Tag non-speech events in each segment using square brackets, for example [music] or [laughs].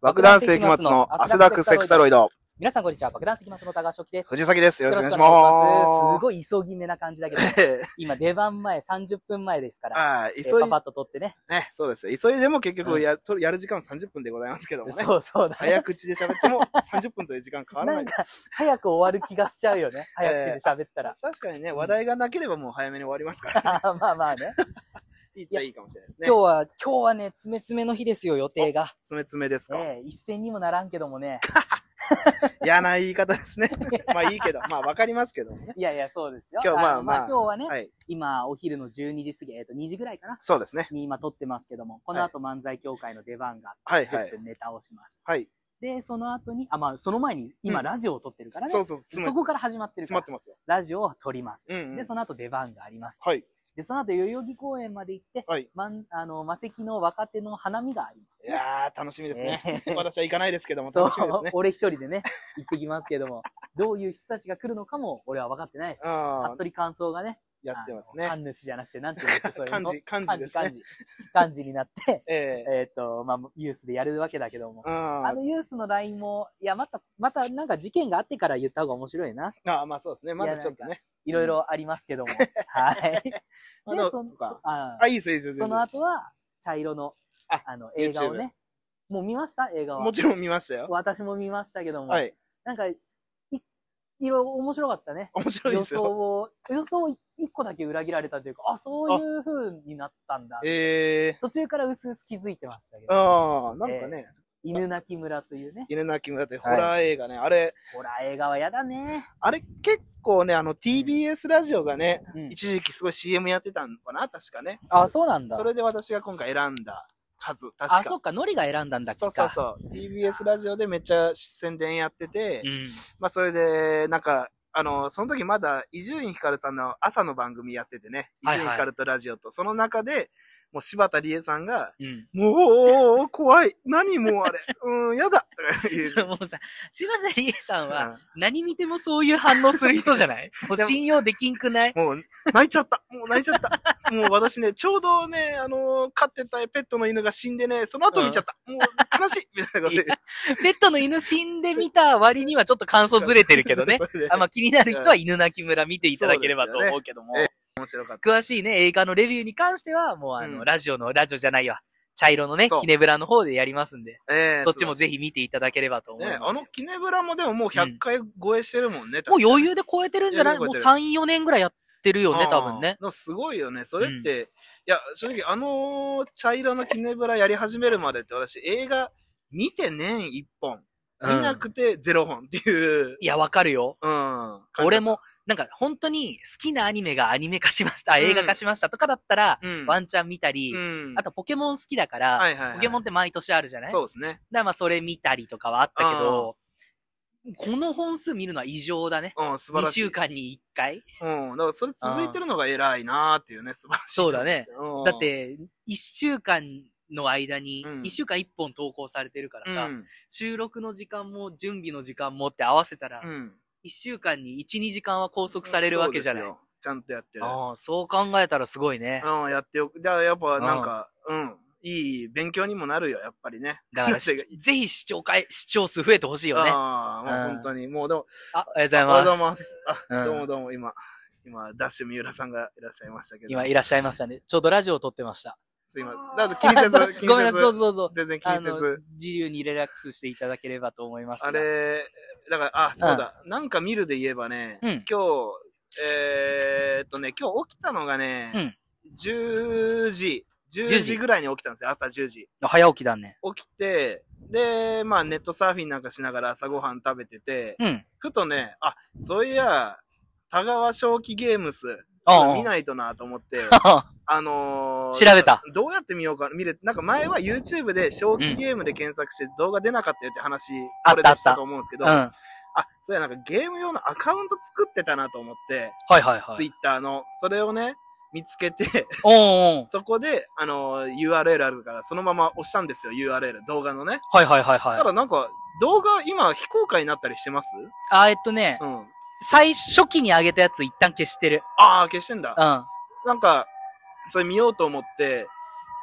爆弾世紀末の汗だくセクサロイド。皆さんこんにちは。爆弾石松の高橋樹です。藤崎です。よろしくおよ願ろしくお願いします。すごい急ぎ目な感 [laughs] じだけど、いします。今出番前30分前ですから、ああ、え急いー、パパッと撮ってね。ね、そうですよ。急いでも結う局んや、とやる時間は30分でございますけどもね。そうそうだね早。口で喋っても30分という時間変わらなな [laughs] んい。か、早く終わる気がしちゃうよね。早口で喋ったら。確かにね、話題がなければもう早めに終わりますから。 [laughs] まあまあね。いいっちゃいいかもしれないですね。今日は、今日はね、詰め詰めの日ですよ、予定が。爪爪ですか、ええ一戦にもならんけど [laughs] もね。嫌な言い方です [laughs] ね。まあいいけど、まあわかりますけどもね。いやいや、そうですよ。今日まあのまあ今日はね、はい。今、お昼の12時過ぎ、えっ、と、2時ぐらいかな。そうですね。に今撮ってますけども、この後漫才協会の出番がはいは10い。分ネタをします。はい。で、その後に、あ、まあ、その前に、今、うんラジオを撮ってるからね。そうそう、詰そめこから始まってる詰まからっ。てますよ。ラジオを撮ります。うん、うん。で、その後出番があります。はい。で、その後、代々木公園まで行って、はい。まん、あの、魔石の若手の花見がありまいすやー、楽しみですね。ね。えー [laughs] 私は行かないですけども、そう楽しみですね、。俺一人でね、行ってきますけども、どういう人たちが来るのかも、俺は分かってないです。ああ、服部感想がね、やってますあね。の神主じゃなくて、なんていうんですか、そういう [laughs] 漢の字、漢字漢で字、すね漢。字。漢字になって、えええっ、と、まあ、ユースでやるわけだけども。ああのユースの LINE も、いや、また、またなんか事件があってから言った方が面白いな。ああ、まあそうですね。まだちょっとね。いろいろありますけども。 [laughs] はい。で、あのそんとかああ、いいですよ、いいですよ。その後は、茶色の、ああの、映画をね。もう見ました映画はも。ちろん見ましたよ。私も見ましたけども。はい。 [laughs] なんか、い、いろいろ面白かったね。面白い予です想よ。を、予想を一個だけ裏切られたというか、あ、そういう風になったんだ。ええ途中からうすうす気づいてましたけど。ああ、なんかね、犬鳴村というね。犬鳴村ってホラー映画ね、あれ、ホラー映画はやだね。あれ結構ね、あの TBS ラジオがね、うん一時期すごい CM やってたのかな、確かね。あ、そうなんだそ。れで私が今回選んだ数、確か。あ、そっか、ノリが選んだんだっけそか。うそうそう。TBS ラジオでめっちゃ宣伝やってて、うん。まあそれで、なんか、あの、その時まだ伊集院光さんの朝の番組やっててね、伊はい集はい院光とラジオと、その中で、もう柴田理恵さんが、うん。もう、怖い。何もうあれ。 [laughs] うん、やだ。とか言うそれもうさ、柴田理恵さんはう何見てもそういう反応する人じ [laughs] ゃないもう信用できんくないんもう、泣いちゃった。もう泣いちゃった。もう私ね、ちょうどね、あの飼ってたペットの犬が死んでね、その後見ちゃった。もう、悲しい。みたいなこと [laughs] で。。ペットの犬死んでみた割にはちょっと感想ずれてるけどね [laughs] それであまあ、気になる人は犬鳴き村見ていただければと思うけども。そうですよね面白かった。詳しいね、映画のレビューに関しては、もうあの、うんラジオの、ラジオじゃないわ。茶色のねそ、うキネブラの方でやりますんで、ええそっちもぜひ見ていただければと思いね、まあすよ。の、キネブラもでももう100回超えしてるもんね。もう裕余裕で超えてるんじゃないもう余裕で超3、4年ぐらいやってるよね、多分ね。うん。すごいよね。それって、いや、正直、あの茶色のキネブラやり始めるまでって私、映画見て年1本、見なくて0本っていう、いや、わかるよ。うん。俺、も、なんか本当に好きなアニメがアニメ化しました、映画化しましたとかだったら、うん。ワンチャン見たり、うん。あとポケモン好きだから、はいはいはいポケモンって毎年あるじゃない。そううですね。だからまあそれ見たりとかはあったけど、この本数見るのは異常だね。うん、素晴2らしい。週。間に1回うん。だからそれ続いてるのが偉いなーっていうね、素晴らしい。そうだね。うんだっ、て、1週間の間に、うん1週間1本投稿されてるかうらさ、ん。収録の時間も準備の時間もって合わせたら、うん。 1週間に1、2時間は拘束されるわけじゃない。そうですよちゃんとやってる。ああそう考えたらすごいね。うん、やってよく。じゃあ、やっぱ、なんか、うん、いい勉強にもなるよ、やっぱりね。[laughs] だからし、だってぜひ視聴回、視聴数増えてほしいよね。あああ、もう本当に。もう、でも、おはようございおはようまごす。ざいます。あ、うんどうもどうも、今、今、ダッシュ三浦さんがいらっしゃいましたけど。今いらっしゃいましたね。ちょうどラジオを撮ってました。すいません。だって気にせ [laughs] ず、気にせず。ごめんなさい、どうぞどうぞ。全然気あにせのず。、自由にリラックスしていただければと思います。あ、れ、だから、あ、そうだ。なんか見るで言えばね、うん今日、えーっとね、今日起きたのがね、10時、10 10時時ぐらいに起きたんですよ、朝10時。早起きだね。起きて、で、まあネットサーフィンなんかしながら朝ごはん食べてて、 [laughs] うん。ふとね、あ、そういや、田川正規ゲームス、ああ見ないとなと思 [laughs] って、あのー、調べた。どうやって見ようか、見れ、なんか前は YouTube で正規ゲームで検索して動画出なかったよって話、あこれったであったしたと思うんですけど、うん。はいあ、そうや、なんかゲーム用のアカウント作ってたなと思って、はいは Twitter の、それをね、見つけて、 [laughs] おーおーそこで、あのー URL あるから、そのまま押したんですよ、URL、動画のね。はいはいはいそはしたい。らなんか、動画今非公開になったりしてますあ、えっとね、うん。最初期に上げたやつ一旦消してる。ああ、消してんだう。ん。なんか、それ見ようと思って、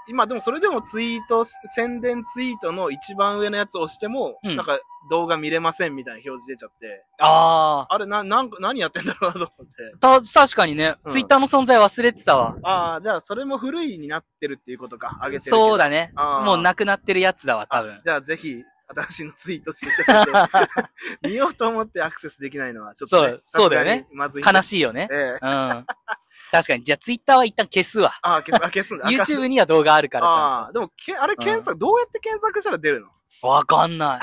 今でもそれでもツイート、宣伝ツイートの一番上のやつを押しても、うんなんか動画見れませんみたいな表示出ちゃって、ああれな、なんか、何やってんだろうなと思って。あ。た、確かにね、うんツイッターの存在忘れてたわ。ああ、じゃあそれも古いになってるっていうことか、上げてるけど。そうだね。あーもうなくなってるやつだわ、多分あ。じゃあぜひ、私のツイートしていた [laughs] だいて、見ようと思ってアクセスできないのは、ちょっと、ね。そうそうだよさすがねにまずい。 [laughs] 悲しい。しいよね。ええ [laughs] うん。確かに。じゃあツイッターは一旦消すわ。ああ、消す、あ、消すんだ。あかん YouTube には動画あるからちゃああ、でもけ、あれ検索、どうやって検索したら出るのんと。わか [laughs] んない。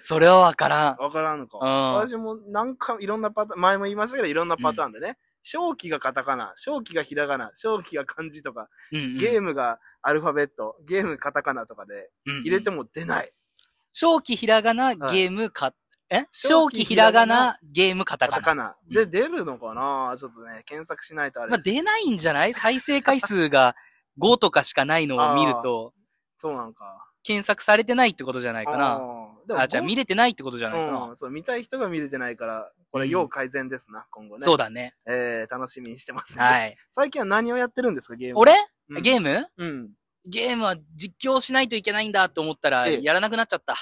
それはわからん。わからんのか。うん私もなんかいろんなパターン、前も言いましたけどいろんなパターンでね。正気がカタカナ、正気がひらがな、正気が漢字とか、うんうん、ゲームがアルファベット、ゲームカタカナとかで入れても。も出ない。正気ひらがな、はいゲームか、え正正気気ひひららががなな、ゲームカタカカタナ。カナ。で、出るのかなちょっとね、検索しないとあれまあ、です。出ないんじゃない再生回数が5とかしかないのを見ると、そうなんか。検索されてないってことじゃないかあな。ーでもあ、じゃあ見れてないってことじゃないかな。うん、そう、見たい人が見れてないから、これ要改善ですな、今後ね。そうだ。だね。えー、楽しみにしてます、。はいい。最近は何をやってるんですか、ゲーム。俺、うんゲームうん。ゲームは実況しないといけないんだと思ったら、ええやらなくなっちゃった。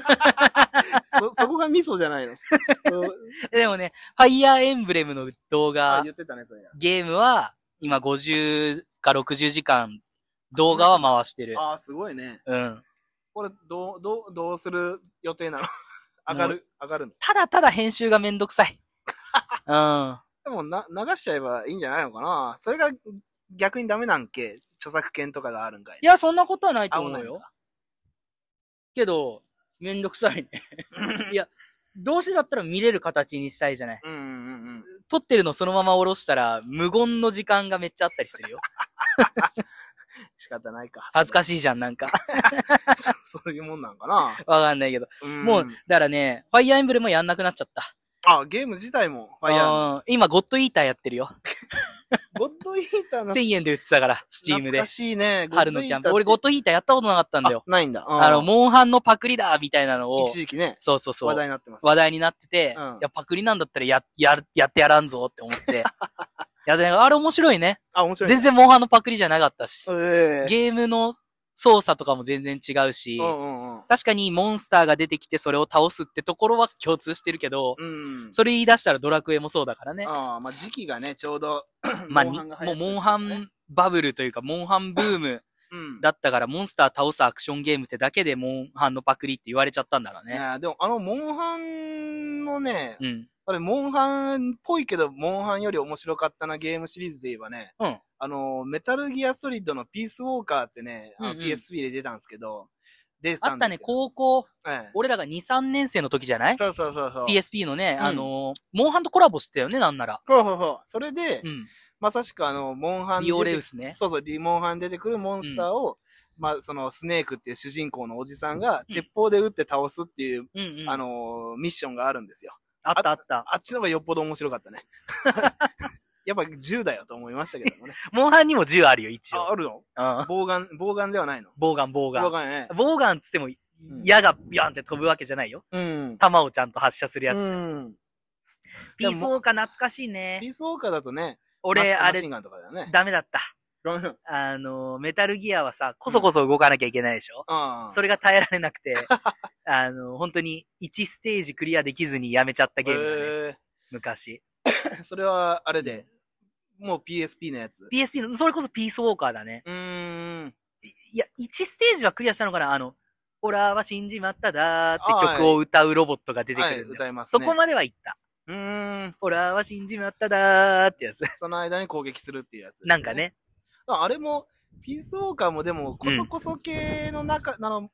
[laughs] そ、 [laughs] そこがミソじゃないの。 [laughs] そうでもね、ファイヤーエンブレムの動あ、画、言ってたね、それ。ゲームは、今50か60時間、動画は回してる。ああ、すごいね。うん。これ、どう、どう、どうする予定 [laughs] なの上がる、上がるの。ただただ編集がめんどくさい。 [laughs] うん。でも、な、流しちゃえばいいんじゃないのかなそれが逆にダメなんけ著作権とかがあるんかいいや、そんなことはないと思あうもうないよん。けど、めんどくさいね。 [laughs] いや、どうせだったら見れる形にしたいじゃない。うんうんうん。撮ってるのそのまま下ろしたら、無言の時間がめっちゃあったりするよ。仕方ないか。恥ずかしいじゃん、なん [laughs] か。そ [laughs] そういうもんなんかなわかんないけど。うんもう、だからね、ファイアーエンブレムやんなくなっちゃった。あ、ゲーム自体も、ファイヤー。うん今、ゴッドイーターやってるよ。ゴッドイーターの、 1000円で売ってたから、スチーム懐でか。しいね。春のキャンプ。俺、ゴゴッッドイーターやったことなかったんだドイーターっよて。あないんだ。うんあの、モンハンのパクリだみたいなのを、一時期ね、そうそうそう。話話題題になってました。になってて、うんいや、パクリなんだったらや、や、やってやらんぞって [laughs] 思って。やであれ面白いね。あ、面白いね。全然モンハンのパクリじゃなかったし。ええゲームの操作とかも全然違うし、うんうんうん。確かにモンスターが出てきてそれを倒すってところは共通してるけど、うん。それ言い出したらドラクエもそうだからね。ああ、まあ時期がね、ちょうど、まあ、モンにハンが流行もうってるモンハンバブルというか、モンハンブームうん。だったから、モンスター倒すアクションゲームってだけでモンハンのパクリって言われちゃったんだからねね。えでも、あの、モンハンのね、うん。あれ、モンハンっぽいけど、モンハンより面白かったなゲームシリーズで言えばね、うんあの、メタルギアソリッドのピースウォーカーってね、あのうんうん PSP で出たんですけど、出あたっんたですね、けど。高校、ええ俺らが2、3年生の時じゃないそうそうそうそう。 ?PSP のね、うんあのー、モンハンとコラボしてたよね、なんなら。そうそうそう。それで、うん。まさしくあの、モンハンビオレウス。スね。そうそう、リモンハンに出てくるモンスターを、まあ、その、スネークっていう主人公のおじさんが、うん鉄砲で撃って倒すっていう、うんうん。あ、のーミッションがあるんですよ。あったあった。あっちの方がよっぽど面白か [laughs] ったね。やっぱ銃だよと思いましたけどもね。モンハンにも銃あるよ、一あ、応。あるのうん。棒眼、棒眼ではないのボウガン、ボウガ棒ン。眼ね。ボウガンっつっても、矢がビャンって飛ぶわけじゃないよ。うん。弾をちゃんと発射するやつ。うん。ピースウォーカー懐かしいピね。ースウォーカーだとね、俺、マあシンマシンガれ、ンとかだよね。ダメだった。ダメだあの、メタルギアはさ、こそこそ動かなきゃいけないでしょ、ああ。それが耐えられなく [laughs] て、あの、本当に1ステージクリアできずにやめちゃったゲームだね、え昔。ーそれは、あれで、もう PSP のやつ。 PSP の、それこそピースウォーカーだね。うーん。いや、1ステージはクリアしたのかなあの、オラは死んじまっただーあってはい曲を歌うロボットが出てくはい、るんだよ。歌いますそね。こまでは行った。うーん。オラは死んじまっただーってやつ。その間に攻撃するっていうやつ、なんか。ね。ああれも、ピースウォーカーもでも、コソコソ系の中、あの、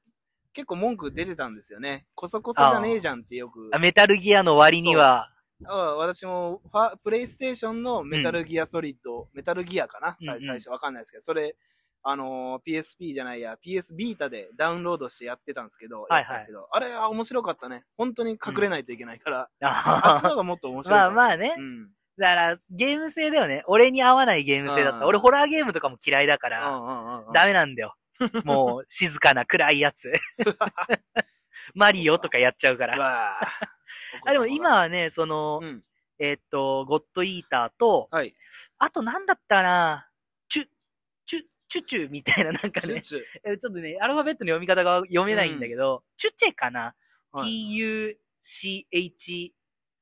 結構文句出てたんですよね。コソコソじゃねえじゃんってよく。あメタルギアの割には、あ私もファ、プレイステーションのメタルギアソリッド、メタルギアかな、うんうん最初わかんないですけど、それ、あのー PSP じゃないや、PS ビータでダウンロードしてやってたんですけど、はいはいやったんですけどあれは面白かったね。本当に隠れないといけないから、あっちのあ方がもっと面ー白いまかあも。 [laughs] まあね。うん。だから、ゲーム性だよね。俺に合わないゲーム性だっうんた。俺、ホラーゲームとかも嫌いだかうら、んうんうんうん。ダメな [laughs] んだよ。もう、静かな暗いやつ。マリオとかやっちゃうから。わあ。 [laughs] あ、でも今はね、そのう、ん。えーっと、ゴッドイーターと、 [laughs] はい。あとなんだったかな、チュ、チュ、チュチュみたいななんかチュね、チュえちょっとね、アルファベットの読み方が読めないんだけど、チュチェかな、?t-u-c-h-e。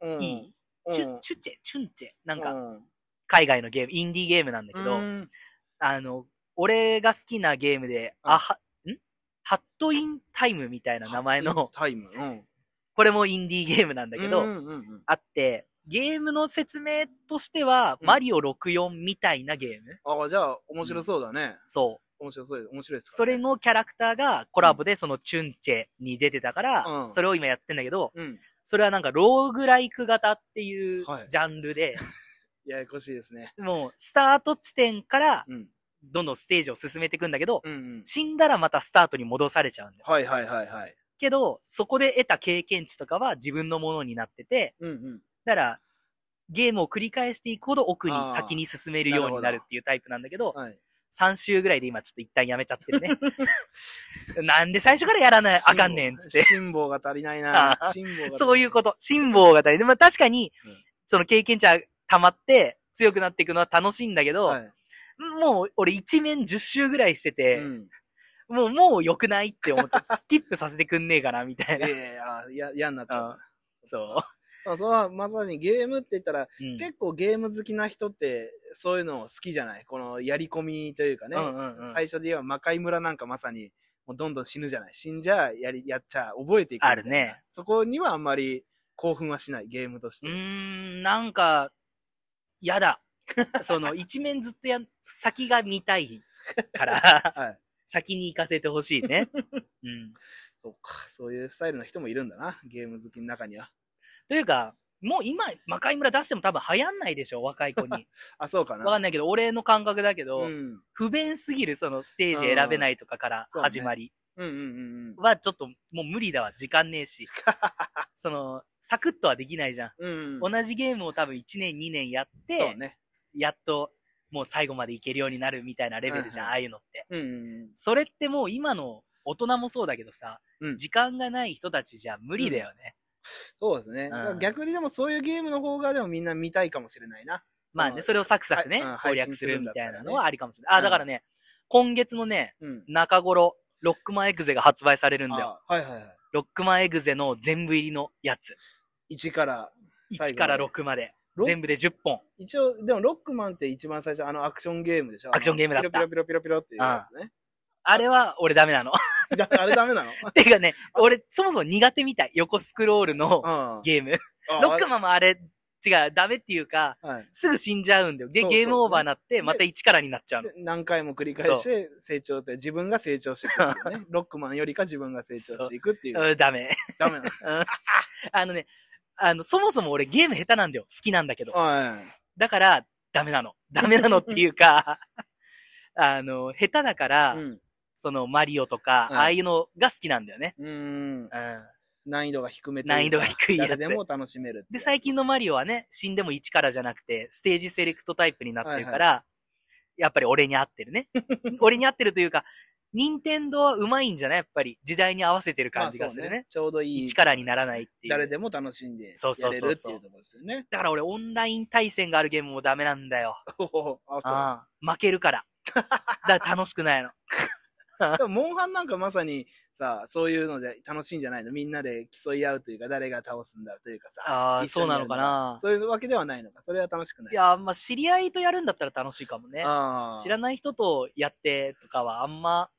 うんチうュ、んチュチェ、チュンチェ。なんうか、ん海外のゲーム、インディーゲームなんだけど、うんあの、俺が好きなゲームで、うんあ、は、んハットインタイムみたいな名前の、タイム。うん。これもインディーゲームなんだけうど、んうんうんあって、ゲームの説明としては、うんマリオ64みたいなゲームああ、じゃあ、面白そうだね。そう。面白そうです。面白いですかそらねれ、のキャラクターがコラボでそのチュンチェに出てたから、うんそれを今やってんだけど、うん。それはなんかローグライク型っていうはいジャンルで、 [laughs] ややこしいですね。もうスタート地点からうん。どんどんステージを進めていくんだけど、うんうん。死んだらまたスタートに戻されちゃうんだよ。はいはいはいはい。けど、そこで得た経験値とかは自分のものになってて、うんうん。だから、ゲームを繰り返していくほど奥あーに先に進めるようになるっていうタイプなんだけど、はい。 3週ぐらいで今ちょっと一旦やめちゃってるね。 [laughs] なんで最初からやらないあかんねんっつって。辛抱が足りないなあ。あ辛抱が足りなそういうこと。辛抱が足りでも確かにうん、その経験値は溜まって強くなっていくのは楽しいんだけど、はい。もう俺一面10周ぐらいしてて、うん。もうもう良くないって思っちゃう。スキップさせてくんねえかな、みたいいやな。いやいやあや、嫌になっちゃあそう。う。あそれはまさにゲームって言ったら、うん結構ゲーム好きな人って、そういうの好きじゃないこのやり込みというかね。うんうんうん最初で言えば魔界村なんかまさに、もうどんどん死ぬじゃない死んじゃあ、やり、やっちゃあ、覚えていくみたいなあるね。そこにはあんまり興奮はしない、ゲームとしうて。ーん、なんか、やだ。 [laughs] その、一面ずっとやん、先が見たいから、 [laughs] はい。先に行かせてほしい [laughs] ね。うん。そうか。そういうスタイルの人もいるんだな。ゲーム好きの中には。というか、もう今、魔界村出しても多分流行んないでしょ、若い子に。あ、 [laughs] そうかな。わかんないけど、俺の感覚だけど、うん。不便すぎる、そのステージ選べないとかからうん始まりうんうんうんうん。は、ちょっともう無理だわ、時間ね [laughs] えし。その、サクッとはできないじゃん。うん。同じゲームを多分1年、2年やって、そうね。やっともう最後までいけるようになるみたいなレベルじゃうんうん、んああいうのって。うんうんそれってもう今の大人もそうだけどさ、うん時間がない人たちじゃ無理だよね。そうですね。だから逆にでもそういうゲームの方がでもみんな見たいかもしれないな。まあね、それをサクサクね、はいうん攻略するみたいなのはありかもしれ配ない。あ、信するだんだったかららね、今月のね、うん。中頃、ロックマンエグゼが発売されるんだよ。あはいはいはロックマンエグゼの全部入りのやつ。い。1から。最後1から6まで。ロッ全部で10本。一応、でもロックマンって一番最初あのアクションゲームでしょアクションゲームだったピロピロピロピロピロっていうやつね。あれは俺ダメなの。 [laughs] だあれダメなのてかね、俺そもそも苦手みたい。横スクロールのうん。ゲーム。あロックマンもあれ、違う、ダメっていうか、あれはい。すぐ死んじゃうんだよ。で、そうそうゲームオーバーになって、でまた一からになっちゃうので。何回も繰り返して成長って、自分が成長していくっていうね。ロックマンよりか自分が成長していくっていう。うんダメ。 [laughs] ダメなの。あのね、あの、そもそも俺ゲーム下手なんだよ。好きなんだけど。はい。だから、ダメなの。ダメなのってい [laughs] うか、あの、下手だから、うん。そのマリオとか、うんああいうのが好きなんだよね。うーん。うん。難易度が低めというか難易度が低いやつ。誰ででも楽しめるって。最近のマリオはね、死んでも1からじゃなくて、ステージセレクトタイプになってるから、やっぱり俺に合って [laughs] るね。俺に合ってるというか、任天堂は上手いんじゃないやっぱり。時代に合わせてる感じがするまあそうね。ちょうどいい。一からにならないっていう。誰でも楽しんでやれるそうそうそうってそういうところですよね。だから俺オンライン対戦があるゲームもダメなんだよ。お [laughs] おあ、ああ負け [laughs] るから。だから楽しくないの。 [laughs] そう。でも、モンハンなんかまさにさ、そういうので楽しいんじゃないのみんなで競い合うというか、誰が倒すんだというかさ。ああ、一そ緒うになやのるかな。そういうわけではないのか。それは楽しくない。いや、まあ知り合いとやるんだったら楽しいかもね。ああ。。知らない人とやってとかはあんま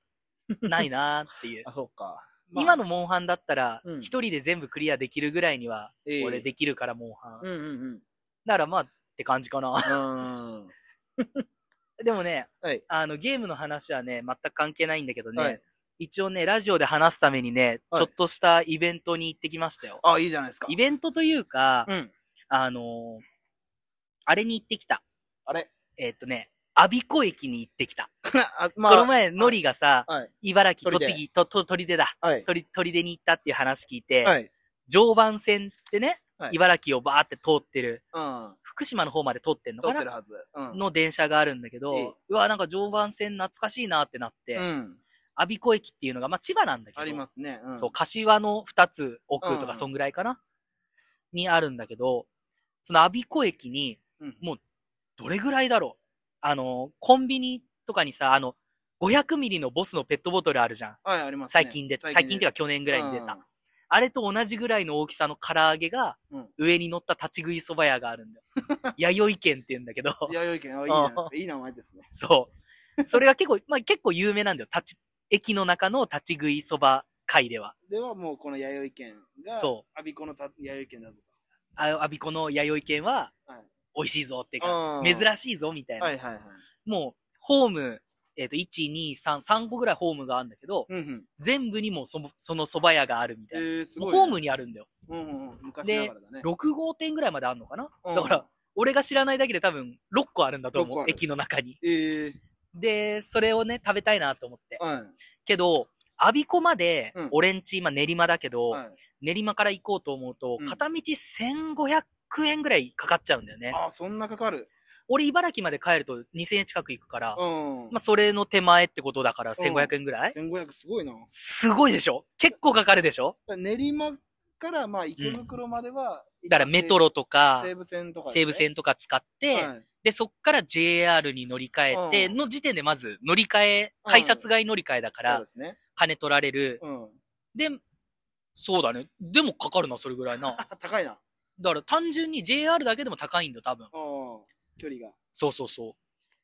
ないなーっていう [laughs] あ、そうか。今のモンハンだったらう、ん一人で全部クリアできるぐらいには、ええ俺できるからモンハン。うんうんうん。うならまあって感じかな。ーん。でもね、はいあのゲームの話はね、全く関係ないんだけどね、はい。一応ね、ラジオで話すためにね、はいちょっとしたイベントに行ってきましたよ。あ、いいじゃないですか。イベントというか、うん。あのーあれに行ってきた。あれえーっとね、阿鼻子駅に行ってきた。 [laughs] あ、まあ。この前、ノリがさ、はい。茨城、砦栃木、と、と、鳥出だ。はい。鳥、鳥出に行ったっていう話聞いて、はい。常磐線ってね、はい茨城をバーって通ってる、うん。福島の方まで通ってんの撮かってるなはず。うん。の電車があるんだけど、ええうわ、なんか常磐線懐かしいなってなって、うん。阿鼻子駅っていうのが、まあ、千葉なんだけど、ありますね。うんそう、柏の二つ奥とうか、んそんぐらいかな、にあるんだけど、その我孫子駅に、うんもう、どれぐらいだろうあの、コンビニとかにさ、あの、500ミリのボスのペットボトルあるじゃん。はい、ありますね。最近出た、最近っていうか去年ぐらいに出た。うん。あれと同じぐらいの大きさの唐揚げがうん、上に乗った立ち食い蕎麦屋があるんだ [laughs] よ。弥生県って言うんだけど、 [laughs] 弥生県、あいいじゃないですか。いい名前ですね。そう。それが結構、まあ結構有名なんだよ。立ち、駅の中の立ち食い蕎麦会では。では、もうこの弥生県が、。そうアビコのた弥生県だとあ、阿孫子の弥生県ははい、美味しいぞっていうか、か。珍しいぞみたいな。はいはいはい。もう、ホーム、えっ、と、1、2、3、3個ぐらいホームがあるんだけど、うんうん。全部にもうそその蕎麦屋があるみたえいな。ー、すもごうい、ホームにあるんだよ。うんうんうん。昔ながらだね。 6号店ぐらいまであるのかな、うんだから、、俺が知らないだけで多分6個あるんだと六思個うあ。る駅の中に。ええで、それをね、食べたいなと思って。はい。けど、アビコまでうん、俺んち、今練馬だけど、はい。練馬から行こうと思うとう、ん片道1500円ぐらいかかっちゃうんだよね。ああ、そんなかかる。俺、茨城まで帰ると2000円近く行くから、うん。まあ、それの手前ってことだから1500円ぐらい、 1500すごいな。すごいでしょ結構かかるでしょ練馬から、まあ、池袋までは、だからメトロとか、西武線とか、西武線とか使って、はいで、そっから JR に乗り換えて、うの時点でまず乗り換え、改札外乗り換えだかそうら、ですね。金取られる。うん。で、そうだね。でもかかるな、それぐらいな。あ高いな。だから単純に JR だけでも高いんだよ、多分。うん。距離が。そうそうそう。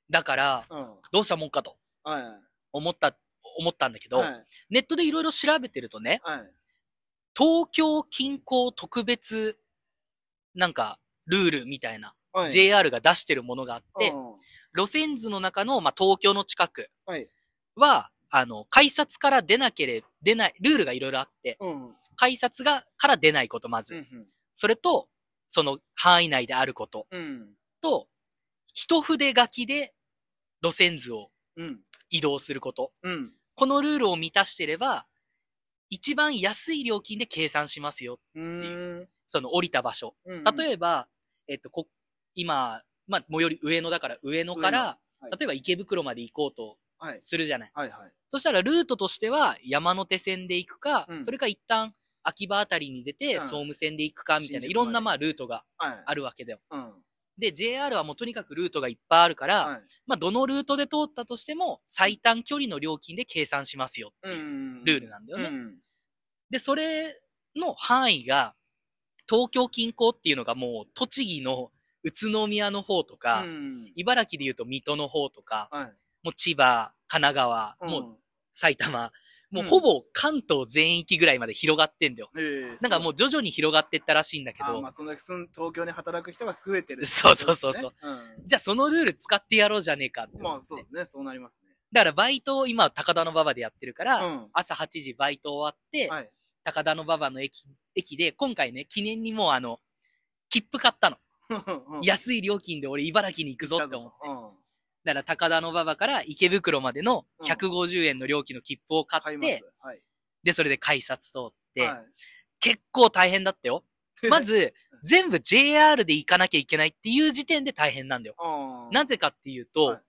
だから、うん。どうしたもんかとはい。思った、思ったんだけど、はい。ネットでいろいろ調べてるとね、はい。東京近郊特別、なんか、ルールみたいな、はい。 JR が出してるものがあって、うん路線図の中の、まあ、東京の近くはい。は、あの、改札から出なければ、出ない、ルールがいろいろあって、うん。うん改札が、から出ないこと、まず。うん。それと、その範囲内であることうん。と、一筆書きで路線図をうん。移動すること。うん。このルールを満たしてれば、一番安い料金で計算しますよ。うーん。その降りた場所。うん例えば、えっと、こ、今、まあ、最寄り上野だから上野から、上野はい例えば池袋まで行こうとはい。するじゃない。はいはい。そしたらルートとしては山手線で行くか、うんそれか一旦秋葉あたりに出うてん総務線で行くかみた新宿まいな、でいろんなまあルートがはい。あるわけだよ。うん。で、JR はもうとにかくルートがいっぱいあるから、はい。まあどのルートで通ったとしても最短距離の料金で計算しますよっていうルールなんだよね。うん。で、それの範囲が東京近郊っていうのがもう栃木の宇都宮の方とか、うん茨城で言うと水戸の方とか、はい。もう千葉、神奈川、もう埼玉、もうほぼ関東全域ぐらいまで広がってんだよ。うん、ええなんかもう徐々に広がってったらしいんだけあーどま、あ、そんだけ住ん東京に働く人が増えてる、そうそうそうそうう。じゃあそのルール使ってやろうじゃねえかってん。思まって。あ、そうですね。そうなりますね。だからバイトを今高田の馬場でやってるから、うん朝8時バイト終わって、はい。高田の馬場の駅、駅で今回ね、記念にもうあの、切符買ったの。安い料金で俺茨城に行くぞって思う。うん。だから高田の馬場から池袋までの150円の料金の切符を買買いっますて、。はい。で、それで改札通って、はい結構大変だった [laughs] よ。 [laughs] ま、ずうん、全部 JR で行かなきゃいけないっていう時点で大変なんだよ。うん。なぜかっていうと、はい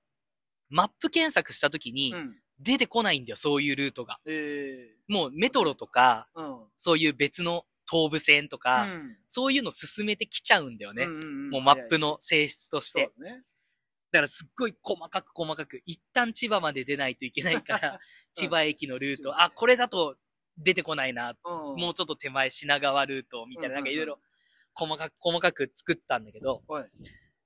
マップ検索した時にうん。出てこないんだよ、そういうルートが。ええもうメトロとか、うん。そういう別の東武線とか、そういうの進めてきちゃうんだよね。んもうマップの性質としそうて。ですね。だからすっごい細かく細かく、一旦千葉まで出ないといけないから、 [laughs] 千葉駅のルー千ト、葉あ、これだと出てこないな、うん。もうちょっと手前品川ルートみたいな、うなんうんうんんかいろいろ細かく細かく作ったんだけど、はい。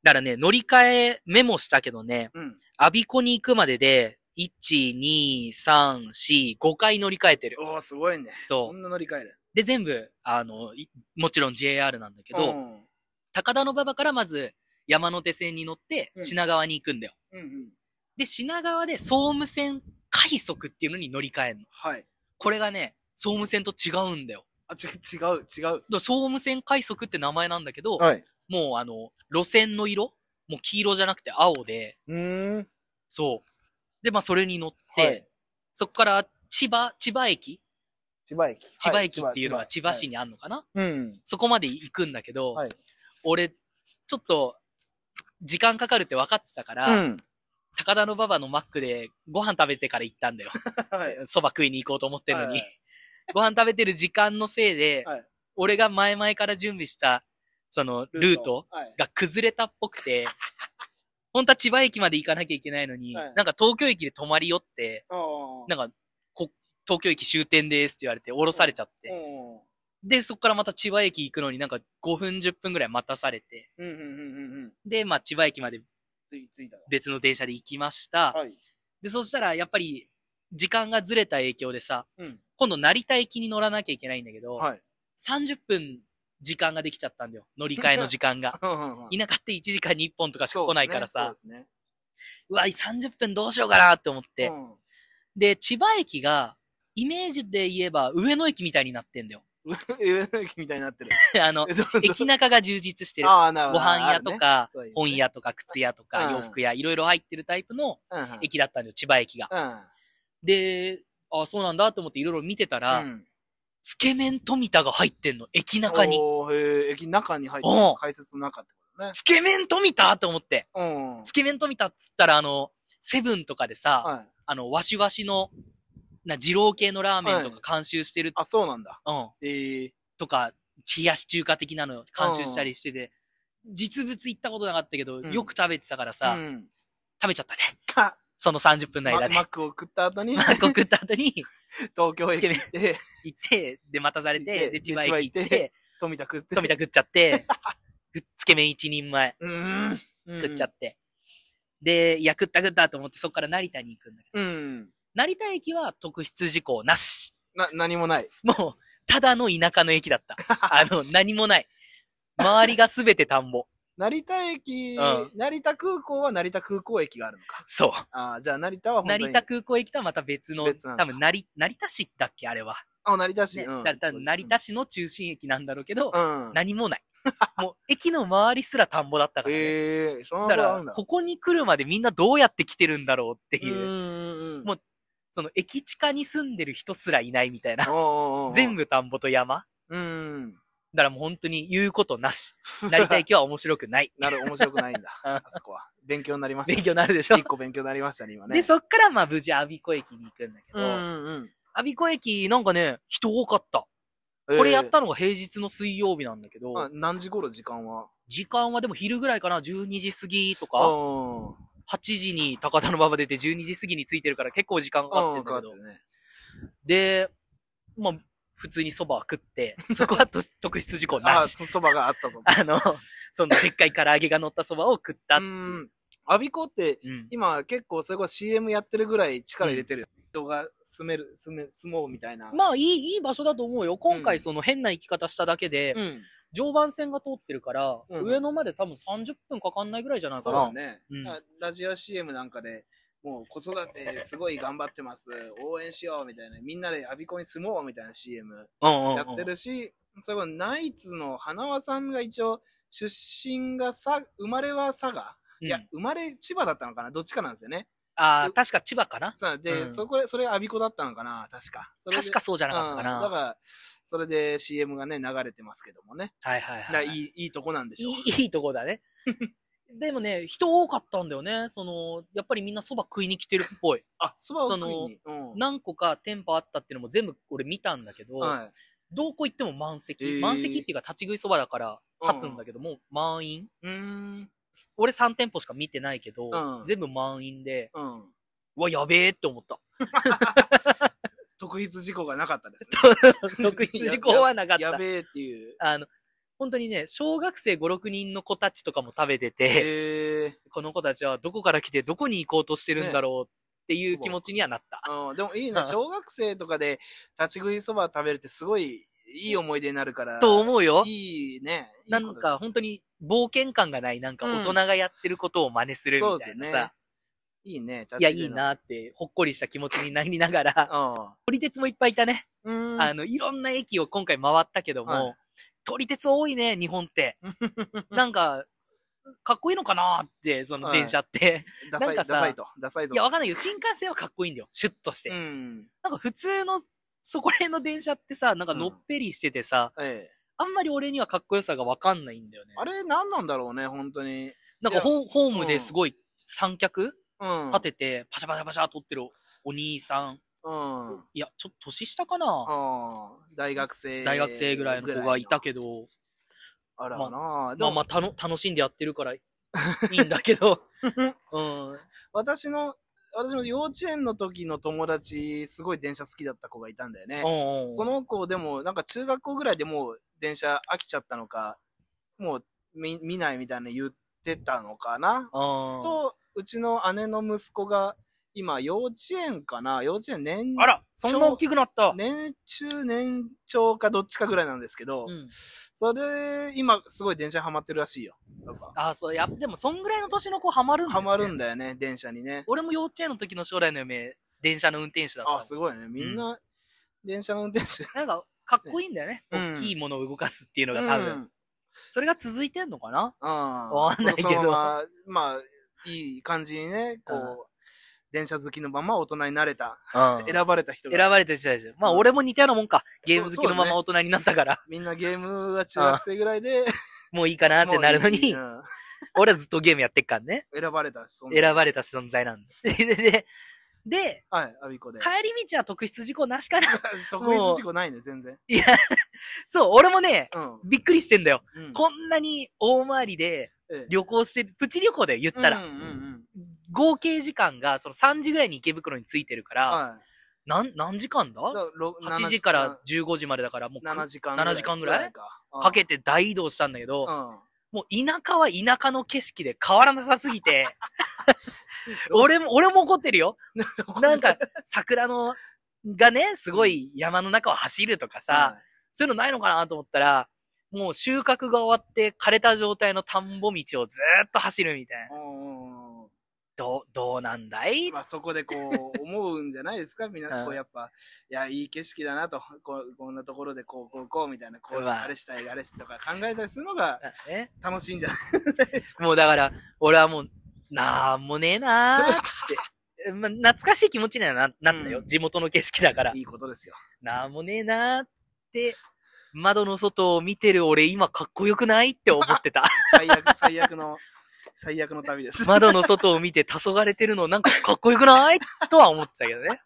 だからね、乗り換えメモしたけどね、うん。アビコに行くまでで、1、2、3、4、5回乗り換えてる。おー、すごいね。そそうんな乗り換える。で、全部、あの、いもちろん JR なんだけど、うん。高田の馬場からまず山手線に乗ってうん品川に行くんだよ。うんうん。で、品川で総務線快速っていうのに乗り換えるの。はい。これがね、総務線と違うんだよ。あ、ち、違う、違う。だから総務線快速って名前なんだけど、はい。もうあの、路線の色もう黄色じゃなくて青で、うーん。そう。で、まあそれに乗って、はいそこから千葉、千葉駅千葉駅。千葉駅っていうのは千葉市に。にあるのかな、うん。そこまで行くんだけど、はい俺、ちょっと、時間かかるって分かってたから、うん。高田の馬場のマックでご飯食べてから行ったんだよ。はい。蕎麦食いに行こうと思ってるのに。はい [laughs] ご飯食べてる時間のせいで、はい俺が前々から準備したその、 [laughs] ルートはい。が崩れたっぽ [laughs] くて、本当は千葉駅まで行かなきゃいけないのに、はいなんか東京駅で泊まり寄って、ああ。なんか、こ東京駅終点ですって言われて降ろされちゃって、うんで、そこからまた千葉駅行くのになんか5分10分ぐらい待たされて、うんうんうんうんうん。で、まあ千葉駅までつい、ついたわ別の電車で行きました。はい。で、そしたらやっぱり時間がずれた影響でさ、うん今度成田駅に乗らなきゃいけないんだけど、はい。 30分時間ができちゃったんだよ。乗り換えの時間 [laughs] が。い田舎って1時間に1本とかしか来ないからさ、そうですね。うわ、30分どうしようかなって思って、うん [laughs] で、千葉駅が、イメージで言えば上野駅みたいになってんだよ。 [laughs] 上野駅みたいになってる。[laughs] あの、えどうどう駅中が充実してる。ああ、なるほごど。飯屋とか、あるね本屋とか、靴屋とか、うん洋服屋、いろいろ入ってるタイプのそういうね。駅だったんだよ、千葉駅が。うん。うんで、あそうなんだと思っていろいろ見てたら、うんつけ麺富田が入ってんの、駅中に。おーへえ、駅中に入ってうんる。改札の中ってこと [laughs] ね。つけ麺富田と思って。うん。つけ麺富田っつったら、あの、セブンとかでさ、はい。あの、わしわしの、な、二郎系のラーメンとか監修してる、あ、そうなんだ。うん、ええ。とか、冷やし中華的なの監修したりしてて、実物行ったことなかったけど、んよく食べてたからさ、うん食べちゃったね。か、その30分のまマ間で。 [laughs] ックを食った後に、マック食った後に東京駅行って、行って、で、待たされて、で、で千葉駅行千葉行って、富田食って。富田食っちゃって、ふつけ麺一人前うーん。食っちゃって。で、いや、食った食ったと思って、そこから成田に行くんだけど、うん。成田駅は特筆事項なし。な、何もない。もう、ただの田舎の駅だ [laughs] った。あの、何もない。周りがすべて田んぼ。成田駅、うん成田空港は成田空港駅があるのか。そう。ああ、じゃあ成田は本当に。成田空港駅とはまた別の、別なんだ多分成、成田市だっけあれは。あ、成田市。ねうんだから多分成田市の中心駅なんだろうけど、うん。何もない。もう、駅の周りすら田んぼだったからね。ええそんだかなのあるんらだ、。ここに来るまでみんなどうやって来てるんだろうってういう、んうんもうその駅地下に住んでる人すらいないみたいな。うん。全部。部田んぼと山。うん。だからもう本当に言うことなし。成田駅は面白くない。なる、面白くないんだ。 [laughs] うんあそこは。勉強になりまし [laughs] 勉た。強になるでしょ一。個勉強になりましたね、今ね。で、そっからまあ無事、阿孫子駅に行くんだけど、う我んうん。孫子駅なんかね、人多かった。えーこれやったのが平日の水曜日なんだけど、まあ何時頃時間は時間はでも昼ぐらいかな、12時過ぎとか、あ8時に高田の馬場出て12時過ぎに着いてるから結構時間かかってうんだけん。どう、んね。で、まあ、普通に蕎麦は食って、 [laughs] そこはと特筆事項あなあ、し。そ [laughs] ばがあったぞ。あの、そのでっかい唐揚げが乗った蕎麦を食った。う。ん。アビコって、うん。今結構それこそ CM やってるぐらい力入れてる。人が住める、住め、住もうみたいな。まあ、いい、いい場所だと思うよ。今う回んその変な行き方しただけで、うん。常磐線が通ってるから、うん上野まで多分30分かかんないぐらいじゃないそかうだな。ね、うんあラジオ CM なんかで、もう子育てすごい頑張ってます。応援しようみたいな。みんなでアビコに住もうみたいな CM うんうんうんやってるし、それこそナイツの花輪さんが一応、出身がさ、生まれは佐賀、うんいや、生まれ千葉だったのかなどっちかなんですよね。ああ、確か千葉かなさあで、うんそこで、それアビコだったのかな確か。それで確かそうじゃなかったかうな。んだから、それで CM がね、流れてますけどもね。はいはいだからはいい。い、いいとこなんでしょう。いいいいとこだね。 [laughs] でもね、人多かったんだよね。その、やっぱりみんな蕎麦食いに来てるっぽい。あ、そばを食いに。うん何個か店舗あったっていうのも全部俺見たんだけど、はい。どこ行っても満席。えー満席っていうか立ち食い蕎麦だから立つんだけども、満員うーん。す俺3店舗しか見てないけど、うん全部満員で、うん。うわ、やべえって思った。特筆事項がなかったです [laughs] 特筆事項はなかっね。たや。べえって [laughs] いう。あの、本当にね、小学生5、6人の子たちとかも食べてて、ええこの子たちはどこから来てどこに行こうとしてるんだろうっていうね気持ちにはなった。うん、でもいいな。小学生とかで立ち食いそば食べるってすごいいい思い出になるから。と思うよ。いいね。いいなことんか本当に冒険感がない、なんか大人がやってることを真似するそうみでたすいなねさ。。いいね。いや、いいなって、ほっこりした気持ちになりながら、う撮り鉄もいっぱいいたね。ん。うん。 [laughs] あの、いろんな駅を今回回ったけどはも、撮り鉄多いね、日本って。なんか、かっこいいのかなって、そのはい電車って。ダサ、ないダんかさサいと。ダサいぞ。いや、わかんないけど、新幹線はかっこいいんだよ。シュッとして。うん。なんか普通の、そこら辺の電車ってさ、なんかのっぺりしててさ、ええ。あんまり俺にはかっこよさがわかんないんだよね。あれ何なんだろうね、本当に。なんかホホームですごい三脚、うん。立てて、パシャパシャパシャ撮ってるお兄さん。うん。あいや、ちょっと年下かな、あ。大学生。大学生ぐらいの子がいたけど、あらまあなあでまあもまあ、たの、楽しんでやってるから、いいんだけど。 [laughs] うん。私の、私の幼稚園の時の友達、すごい電車好きだった子がいたんだよね。うんうんそ、の子でも、なんか中学校ぐらいでもう電車飽きちゃったのか、もう見見ないみたいな言ってたのかな。うん。と、うちの姉の息子が、今、幼稚園かな幼稚園年、あら、そんな大きくなった。年中年長かどっちかぐらいなんですけど、うん。それで、今、すごい電車にハマってるらしいよ。やっぱあ、そう、や、でも、そんぐらいの年の子ハマるんだハよねマるんだよね、電車にね。俺も幼稚園の時の将来の夢、電車の運転手だったもん。あ、すごいね。みんな、電車の運転手。なんか、かっこいいんだよね。うん大きいものを動かすっていうのが多分。うんそれが続いてんのかなわわかんないけどままあ、いい感じにね、こう、うん電車好きのまま大人になれた、うん選選ばれた人が。ばれてる人たち。まあ、うん俺も似たようなもんか。ゲーム好きそのまうそうねま大人になったから、みんなゲームが中学生ぐらいで、もういいかなっもうていいなるのに、うん俺はずっとゲームやってっからね。選ばれた、そんな選ばれた存在なんで。で、でで、はい、アビコで。 [laughs] 帰り道は特筆事項なしかな。 [laughs] 特別事故ないね、全然。そう、俺もね、うん。びっくりしてんだよ。うんこんなに大回りでええ旅行してる、プチ旅行だよ、言ったら。うんうんうん。合計時間がその3時ぐらいに池袋に着いてるから、はい。なん、何時間だだからろ ?8 時から15時までだから、もう7く時間7時間ぐらいかかけて大移動したんだけど、うん。もう田舎は田舎の景色で変わらなさすぎて、俺も、俺も怒ってるよ。 [laughs] なんか、桜の、がね、すごい山の中を走ると [laughs] かさ、そういうのないのかなと思ったら、もう収穫が終わって枯れた状態の田んぼ道をずーっと走るみたいな。うん、うんうんどう、どうなんだいまあそこでこう思うんじゃないですかみんなこううんやっぱ、いや、いい景色だなと、こうこんなところでこう、こう、こうみたいな、こうしうわあれしたい、あれしたいとか考えたりするのがね楽しいんじゃないもうだから、俺はもう、なんもねえ [laughs] なーって。まあ、懐かしい気持ちにはななったよ、うん地元の景色だから。いいことですよ。なんもねえなーって、窓の外を見てる俺今かっこよくないって思って [laughs] た。最悪、最悪の、最悪の旅です。窓の外を見て黄昏てるのなんかかっこよくないとは思ってたけ [laughs] どね。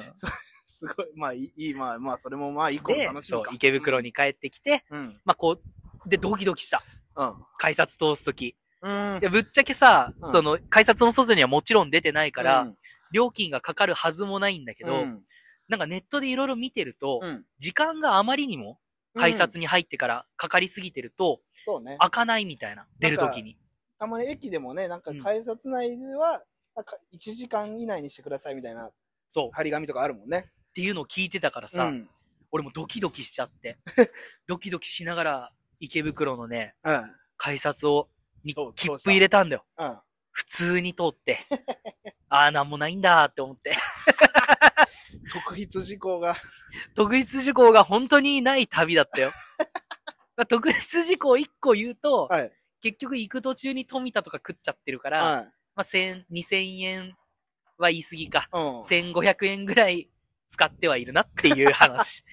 [laughs] すごい。まあいい、いいまあ、まあ、それもまあ、一個ので楽、しそみうか。、池袋に帰ってきて、うん。まあこう、で、ドキドキした。うん。改札通すとき。いうん。や、ぶっちゃけさ、うんその、改札の外にはもちろん出てないから、うん、料金がかかるはずもないんだけど、うんなんかネットでいろいろ見てると、うん時間があまりにも改札うんに入ってからかかりすぎてると、そうね。開かないみたいな、出るときに。たまに駅でもね、なんか改札内では、なんか1時間以内にしてくださいみたいなそう。っ張り紙とかあるもんね。ていうのを聞いてたからさ、うん。俺もドキドキしち [laughs] ゃって、ドキドキしながら池袋のね、うん。改札を、にそう切符入れたんだよ。うん。普通に通って。ああ、なんもないんだって思って。特筆事項 [laughs] が。特筆事項が本当にない旅だったよ。まあ特筆事項1個言うと、はい。結局行く途中に富田とか食っちゃってるから、はい。まあ、千、二千円は言い過ぎか。うん。千五百円ぐらい使ってはいるなっていう話。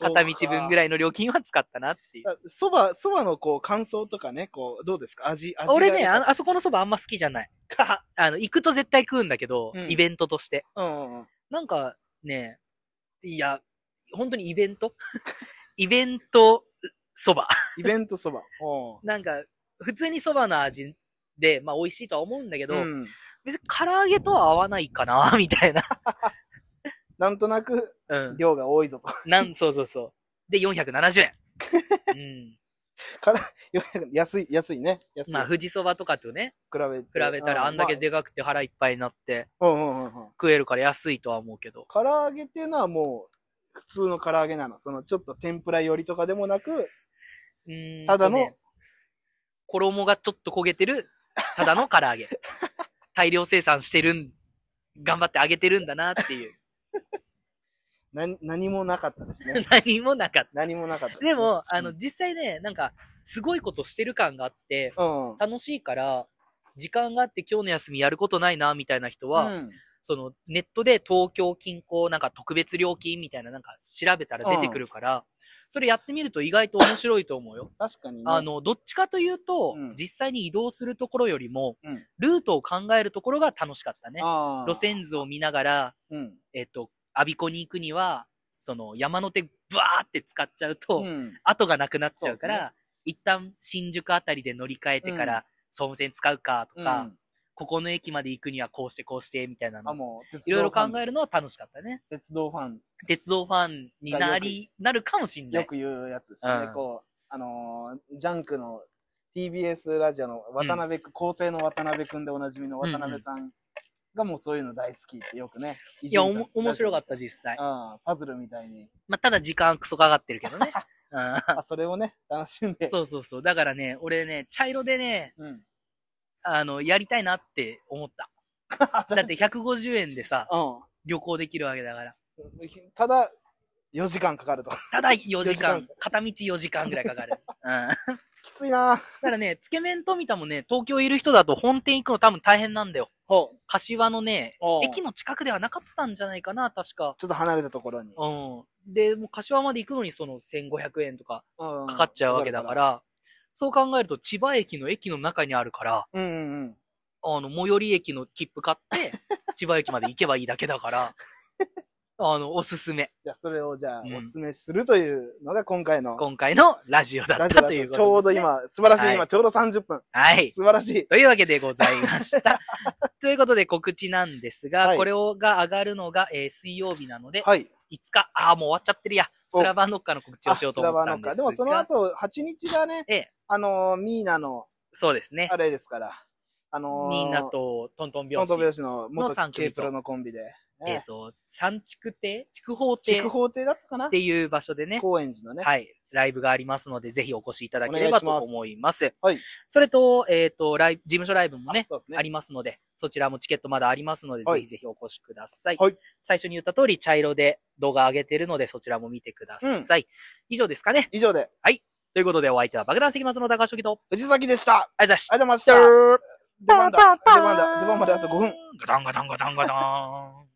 片道分ぐらい。らいの料金は使ったなっていう。あそば、そばのこう、感想とかね、こう、どうですか [laughs] 味、味が俺ね、あ、あそこのそばあんま好きじ [laughs] ゃない。か。あの、行くと絶対食うんだけど、うんイベントとして。うんうん。なんかね、いや、本当にイベ [laughs] ントイベントそば。イベントそば。おなんか、普通にそばの味で、まあ美味しいとは思うんだけど、うん。別に唐揚げとは合わないかな、 [laughs] みたいな。なんとなく、うん。量が多いぞと。 [laughs] [laughs] なん、そうそうそう。で、470円。安い、安いね。安うい。ん。まあ、比富士そばとかとね、べ比て。べたらあんだけでかくて腹いっぱいになってまあ。うんうんうんうん。食えるから安いとは思うけど。唐揚げっていうのはもう、普通の唐揚げなの。その、ちょっと天ぷら寄りとかでもなく、うーんただのとね衣がちょっと焦げてる、ただの唐 [laughs] 揚げ。大量生産してるん、頑張って揚げてるんだなっていう。。な、何もなかったですね [laughs] [laughs] 何もなかっ何もなかったすた。ね。でも、あの、うん、実際ね、なんか、すごいことしてる感があって、うん。楽しいから、時間があって今日の休みやることないな、みたいな人は、うんそのネットで東京近郊なんか特別料金みたいななんか調べたら出てくるから、それやってみると意外と面白いと思うよ。確かにね。あの、どっちかというと、うん実際に移動するところよりも、うんルートを考えるところが楽しかったね。あー、路線図を見ながら、うん。えっと、アビコに行くには、その山の手ブワーって使っちゃううと、ん。後がなくなっちゃうかそうら、一旦新宿あたりで乗り換えてかうら、総武線使うかとうか、んここの駅まで行くにはこうしてこうして、みたいなあ、の。もう、いろいろ考える。るのは楽しかったね。鉄道ファン、鉄道ファンになり、なるかもしんなよい。く言うやつですね。うんこう、あのージャンクの TBS ラジオの渡辺くん、構成の渡辺くんでおなじみの渡辺さんがもうそういうの大好きってよくね。い。いや、おも面白かったた、実際。うん、パズルみたいに。まあ、ただ時間クソかかってるけど [laughs] ね。うあ、それをね、楽しんで。ん、そうそうそう。だからね、俺ね、茶色でね、う。うん。あの、やりたいなって思った。 [laughs] だって150円でさ、う旅行できるわけだから。ん。ただ、4時間かかると。ただ4時4時間、片道4時間ぐらいか [laughs] かる。うん。だかきついならね、つけ麺富田もね、東京いる人だと本店行くの多分大変なんだよ。ほう。柏のねおう、駅の近くではなかったんじゃないかな、確か。ちょっと離れたところに。うん。で、もう柏まで行くのにその1500円とかかかかっちゃうわけだから、。そう考えると千葉駅の駅の中にあるから、うんうんうん。あの、最寄り駅の切符買って、 [laughs] 千葉駅まで行けばいいだけだから、あの、おすすめ。じゃあ、それをじゃあ、おうん勧めするというのが今回の今回のラジオだラっジオただということちょうでどすね。今、素晴らしい、はい今、ちょうど30分。はい。素晴らしい。というわけでございました。 [laughs] ということで告知なんですが、はいこれをが上がるのが、えー水曜日なので、はい。 5日、ああ、もう終わっちゃってるや、おスラバノッカの告知をしようと思ったんですが。あスラバのかでもその後、8日がね、ええあのー、ミーナの、そうですねあ。れですから、あのー、みんな、とトントント拍ント子ン。拍子の元の三組 K プとロのコンビで、えっ、ねと、三畜亭畜宝亭筑っ豊亭だったかなていう場所でね、高円寺のね。はい、ライブがありますので、ぜひお越しいただければと思います。はい。それと、えっ、と、ライブ、事務所ライブもねあ、そうですね。ありますので、そちらもチケットまだありますので、はいぜひぜひお越しください。はい最初に言った通り、茶色で動画上げてるので、そちらも見てください。以上ですかね。以上で、ということで、お相手は爆弾石松の高橋樹と、藤崎でした。ありがとうございました。ありがとうございました。出番だ。出番だ。出番まであと5分。ガタンガタンガタンガタン。